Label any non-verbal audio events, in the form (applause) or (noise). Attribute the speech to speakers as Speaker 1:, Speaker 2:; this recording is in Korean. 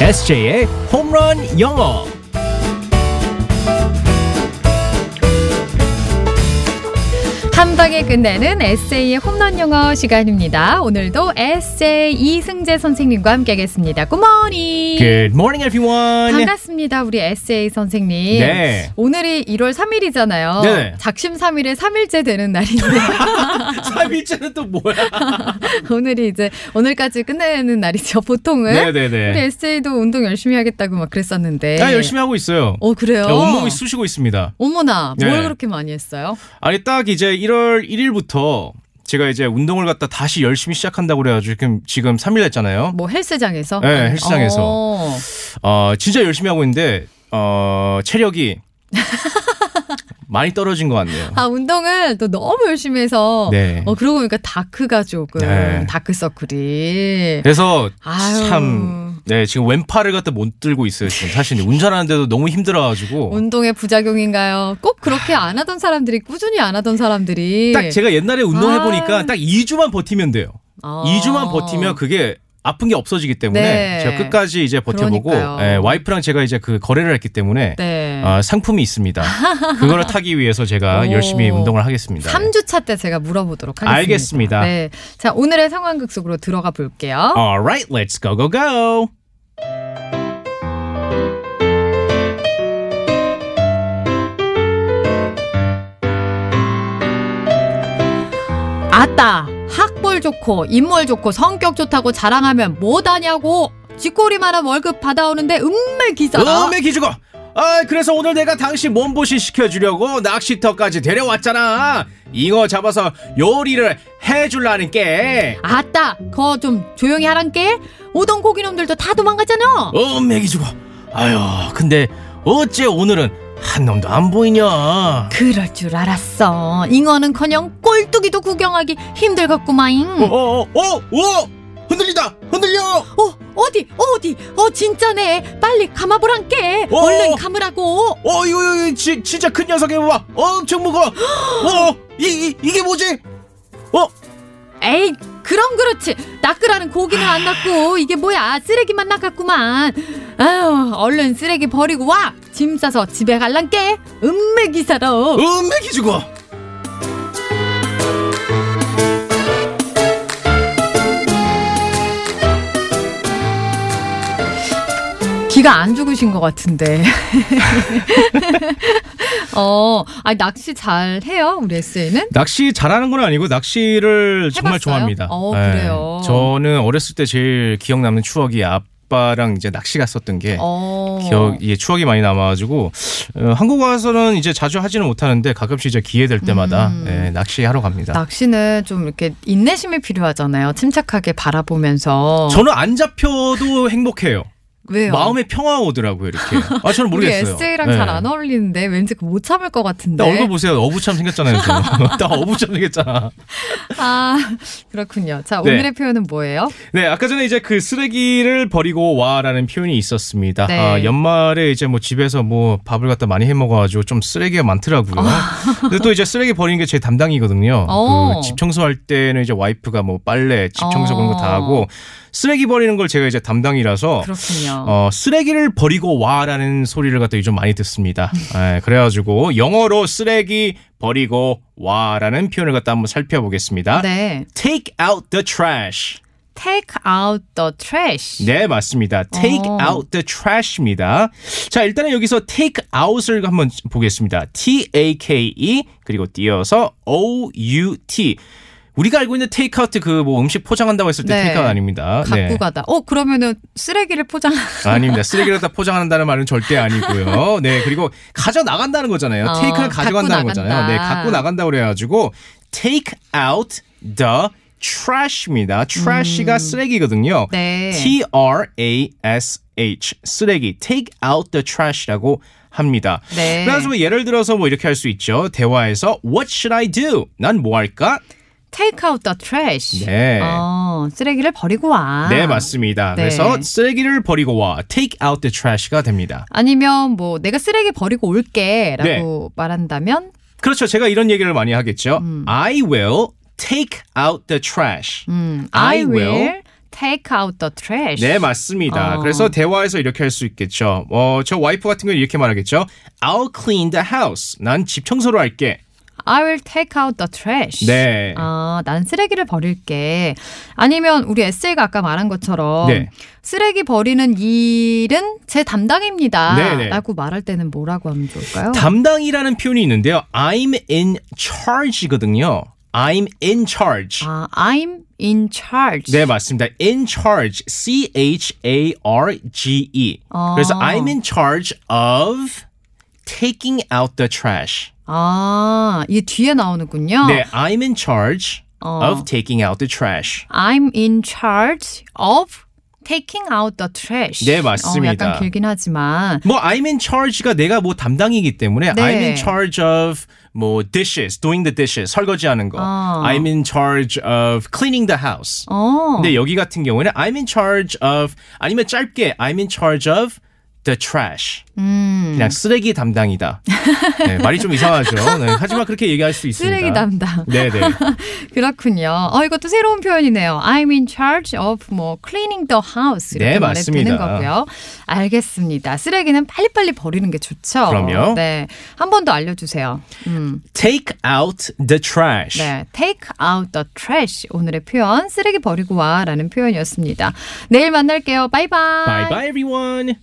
Speaker 1: SJ의 홈런 영어.
Speaker 2: 한 방에 끝내는 에세이의 홈런 영어 시간입니다. 오늘도 에세이 이승재 선생님과 함께하겠습니다. 굿모닝.
Speaker 1: Good morning, everyone.
Speaker 2: 반갑습니다, 우리 에세이 선생님.
Speaker 1: 네.
Speaker 2: 오늘이 1월 3일이잖아요.
Speaker 1: 네.
Speaker 2: 작심 3일에 3일째 되는
Speaker 1: (laughs)
Speaker 2: 날인데 (laughs)
Speaker 1: 3일째는 아, 또 뭐야?
Speaker 2: 오늘이 이제 오늘까지 끝내는 날이죠. 보통은 우리
Speaker 1: 네네네.
Speaker 2: 에세이도 운동 열심히 하겠다고 막 그랬었는데.
Speaker 1: 나 열심히 하고 있어요.
Speaker 2: 어 그래요.
Speaker 1: 나 온몸이 쑤시고 있습니다.
Speaker 2: 어머나, 뭘
Speaker 1: 네.
Speaker 2: 그렇게 많이 했어요?
Speaker 1: 아니 딱 이제 1월 1일부터 제가 이제 운동을 갖다 다시 열심히 시작한다고 그래가지고 지금 지금 3일 됐잖아요.
Speaker 2: 뭐 헬스장에서?
Speaker 1: 네, 헬스장에서.
Speaker 2: 어.
Speaker 1: 어 진짜 열심히 하고 있는데 어
Speaker 2: (laughs)
Speaker 1: 체력이 많이 떨어진 것 같네요.
Speaker 2: 아 운동을 또 너무 열심히 해서
Speaker 1: 네.
Speaker 2: 어 그러고 보니까 다크가 조금
Speaker 1: 네.
Speaker 2: 다크서클이
Speaker 1: 그래서
Speaker 2: 네. 아유.
Speaker 1: 참, 네 지금 왼팔을 갖다 못 들고 있어요 지금 사실 운전하는데도 너무 힘들어가지고
Speaker 2: 운동의 부작용인가요? 꼭 그렇게 안 하던 사람들이 꾸준히 안 하던 사람들이
Speaker 1: 딱 제가 옛날에 운동해 보니까
Speaker 2: 예. 아.
Speaker 1: 딱 2주만 버티면 돼요.
Speaker 2: 아.
Speaker 1: 2주만 버티면 그게 아픈 게 없어지기 때문에
Speaker 2: 네.
Speaker 1: 제가 끝까지 이제 버텨보고
Speaker 2: 그러니까요.
Speaker 1: 예, 와이프랑 제가 이제 그 거래를 했기 때문에
Speaker 2: 네.
Speaker 1: 아, 상품이 있습니다. 그거를 타기 위해서 제가
Speaker 2: (laughs) 오.
Speaker 1: 열심히 운동을 하겠습니다.
Speaker 2: 3주차 때 제가 물어보도록 하겠습니다.
Speaker 1: 알겠습니다. 아.
Speaker 2: 네. 자, 오늘의 상황극 속으로 들어가 볼게요.
Speaker 1: Alright, 예. let's go go go.
Speaker 2: 아따, 학벌 좋고, 인물 좋고, 성격 좋다고 자랑하면 뭐다냐고! 쥐꼬리만한 월급 받아오는데 음말 기잖아.
Speaker 1: 음에 기죽어. 아, 그래서 오늘 내가 당신 몸보신 시켜주려고 낚시터까지 데려왔잖아. 잉어 잡아서 요리를 해줄라니까.
Speaker 2: 아따, 거 좀 조용히 하란께. 오던 고기놈들도 다 도망갔잖아.
Speaker 1: 음에 기죽어. 아유, 근데 어째 오늘은 한 놈도 안 보이냐?
Speaker 2: 그럴 줄 알았어. 잉어는커녕 꼴뚜기도 구경하기 힘들겠구마잉. 어,
Speaker 1: 어어어 어, 어! 흔들리다 흔들려
Speaker 2: 어디, 어디, 어, 진짜네. 빨리 감아보란께.
Speaker 1: 어.
Speaker 2: 얼른 감으라고.
Speaker 1: 어 이거, 이거, 이거 지, 진짜 큰 녀석이 봐 엄청 무거워 어, 어이 이, 이게 뭐지 어
Speaker 2: 에이, 그럼 그렇지. 낚으라는 고기는 안 낚고, 이게 뭐야. 쓰레기만 낚았구만. 아유, 얼른 쓰레기 버리고 와. 짐 싸서 집에 갈란께. 음메기사로.
Speaker 1: 음맥이 죽어
Speaker 2: 기가 안 죽으신 것 같은데. (laughs) 어, 아니, 낚시 잘 해요? 우리 SA는?
Speaker 1: 낚시 잘하는 건 아니고 낚시를 정말
Speaker 2: 해봤어요?
Speaker 1: 좋아합니다
Speaker 2: 어,
Speaker 1: 예.
Speaker 2: 그래요?
Speaker 1: 저는 어렸을 때 제일 기억 남는 추억이 아빠랑 이제 낚시 갔었던 게
Speaker 2: 어.
Speaker 1: 기억 예, 추억이 많이 남아가지고 어, 한국 와서는 이제 자주 하지는 못하는데 가끔씩 이제 기회 될 때마다
Speaker 2: 음.
Speaker 1: 예, 낚시하러 갑니다.
Speaker 2: 낚시는 좀 이렇게 인내심이 필요하잖아요. 침착하게 바라보면서.
Speaker 1: 저는 안 잡혀도 행복해요.
Speaker 2: 아. 왜요?
Speaker 1: 마음에 평화 오더라고요 이렇게. 아 저는
Speaker 2: 우리
Speaker 1: 모르겠어요. 예. 네.
Speaker 2: SA랑 잘 안 어울리는데 왠지 그거 못 참을 것 같은데.
Speaker 1: 나 얼굴 보세요. 어부참 생겼잖아요.
Speaker 2: (laughs)
Speaker 1: 지금. 나 어부참 생겼잖아.
Speaker 2: 아, (laughs) 그렇군요. 자,
Speaker 1: 네.
Speaker 2: 오늘의 표현은 뭐예요?
Speaker 1: 네, 아까 전에 이제 그 쓰레기를 버리고 와라는 표현이 있었습니다.
Speaker 2: 네.
Speaker 1: 아, 연말에 이제 뭐 집에서 뭐 밥을 갖다 많이 해 먹어가지고 좀 쓰레기가 많더라고요. 근데 또 이제 쓰레기 버리는 게 제 담당이거든요. 그
Speaker 2: 어.
Speaker 1: 집 청소할 때는 이제 와이프가 뭐 빨래, 집 청소 그런 거 다
Speaker 2: 어.
Speaker 1: 하고 쓰레기 버리는 걸 제가 이제 담당이라서
Speaker 2: 그렇군요.
Speaker 1: 어, 쓰레기를 버리고 와라는 소리를 갖다 좀 많이 듣습니다. 예, 그래가지고 영어로 쓰레기 버리고 와라는 표현을 갖다 한번 살펴보겠습니다.
Speaker 2: 네.
Speaker 1: Take out the trash.
Speaker 2: Take out the trash.
Speaker 1: 네, 맞습니다. Take
Speaker 2: 어.
Speaker 1: out the trash입니다. 자, 일단은 여기서 take out을 한번 보겠습니다. T A K E 그리고 띄어서 O U T. 우리가 알고 있는 take out 그 뭐 음식 포장한다고 했을 때
Speaker 2: 네.
Speaker 1: take out 아닙니다.
Speaker 2: 갖고 가다. 어, 그러면은 쓰레기를 포장.
Speaker 1: (laughs) 아닙니다. 쓰레기를 다 포장한다는 말은 절대 아니고요. 네, 그리고 가져 나간다는 거잖아요.
Speaker 2: 어,
Speaker 1: 테이크를 가져간다는
Speaker 2: 갖고
Speaker 1: 거잖아요.
Speaker 2: 나간다.
Speaker 1: 네, 갖고 나간다 그래가지고 take out the trash입니다. trash가 쓰레기거든요.
Speaker 2: 음. 네.
Speaker 1: T R A S H 쓰레기 take out the trash라고 합니다.
Speaker 2: 네.
Speaker 1: 그래서 뭐 예를 들어서 뭐 이렇게 할 수 있죠. 대화에서 what should I do? 난 뭐 할까?
Speaker 2: Take out the trash.
Speaker 1: 네.
Speaker 2: 어, 쓰레기를 버리고 와.
Speaker 1: 네, 맞습니다.
Speaker 2: 네.
Speaker 1: 그래서 쓰레기를 버리고 와 take out the trash가 됩니다.
Speaker 2: 아니면 뭐 내가 쓰레기 버리고 올게라고
Speaker 1: 네.
Speaker 2: 말한다면
Speaker 1: 그렇죠. 제가 이런 얘기를 많이 하겠죠. I will take out the trash.
Speaker 2: 음,
Speaker 1: I
Speaker 2: I
Speaker 1: will
Speaker 2: will take out the trash.
Speaker 1: 네, 맞습니다.
Speaker 2: 어.
Speaker 1: 그래서 대화에서 이렇게 할 수 있겠죠. 어, 저 와이프 같은 경우 이렇게 말하겠죠. I'll clean the house. 난 집 청소를 할게.
Speaker 2: I will take out the trash.
Speaker 1: 네.
Speaker 2: 아, 난 쓰레기를 버릴게. 아니면 우리 에세이가 아까 말한 것처럼
Speaker 1: 네.
Speaker 2: 쓰레기 버리는 일은 제 담당입니다.
Speaker 1: 네네.
Speaker 2: 라고 말할 때는 뭐라고 하면 좋을까요?
Speaker 1: 담당이라는 표현이 있는데요. I'm in charge거든요. I'm in charge.
Speaker 2: 아, I'm in charge.
Speaker 1: 네, 맞습니다. in charge. C H A R G E.
Speaker 2: 어.
Speaker 1: 그래서 I'm in charge of taking out the trash.
Speaker 2: 아, 이게 뒤에 나오는군요.
Speaker 1: 네, I'm in charge
Speaker 2: 어.
Speaker 1: of taking out the trash.
Speaker 2: I'm in charge of taking out the trash.
Speaker 1: 네,
Speaker 2: 어,
Speaker 1: 맞습니다.
Speaker 2: 약간 길긴 하지만
Speaker 1: 뭐 I'm in charge가 내가 뭐 담당이기 때문에
Speaker 2: 네.
Speaker 1: I'm in charge of 뭐 dishes, doing the dishes, 설거지하는 거.
Speaker 2: 어.
Speaker 1: I'm in charge of cleaning the house.
Speaker 2: 어.
Speaker 1: 근데 여기 같은 경우에는 I'm in charge of 아니면 짧게 I'm in charge of the trash.
Speaker 2: 음.
Speaker 1: 그냥 쓰레기 담당이다. 네, 말이 좀 이상하죠. 네, 하지만 그렇게 얘기할 수 있습니다.
Speaker 2: 쓰레기 담당.
Speaker 1: 네, 네.
Speaker 2: 그렇군요. 어, 이것도 새로운 표현이네요. I'm in charge of 뭐 cleaning the house 이렇게
Speaker 1: 네,
Speaker 2: 말해도 되는
Speaker 1: 맞습니다.
Speaker 2: 거고요. 알겠습니다. 쓰레기는 빨리빨리 버리는 게 좋죠.
Speaker 1: 그럼요.
Speaker 2: 네. 한 번 더 알려 주세요. 음.
Speaker 1: Take out the trash.
Speaker 2: 네. take out the trash 오늘의 표현 쓰레기 버리고 와라는 표현이었습니다. 내일 만날게요. 바이바이.
Speaker 1: Bye bye everyone.